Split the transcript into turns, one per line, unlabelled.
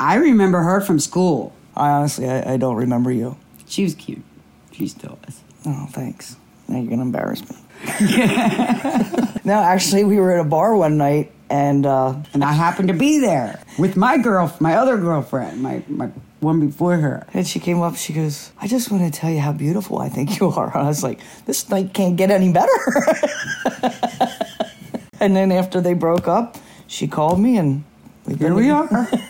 I remember her from school.
I honestly, I, I don't remember you.
She was cute. She still is.
Oh, thanks. Now you're gonna embarrass me. no, actually, we were at a bar one night, and uh,
And I happened to be there with my girl, my other girlfriend, my, my one before her.
and she came up. She goes, "I just want to tell you how beautiful I think you are." And I was like, "This night can't get any better." and then after they broke up, she called me, and we've
Here
been
we are.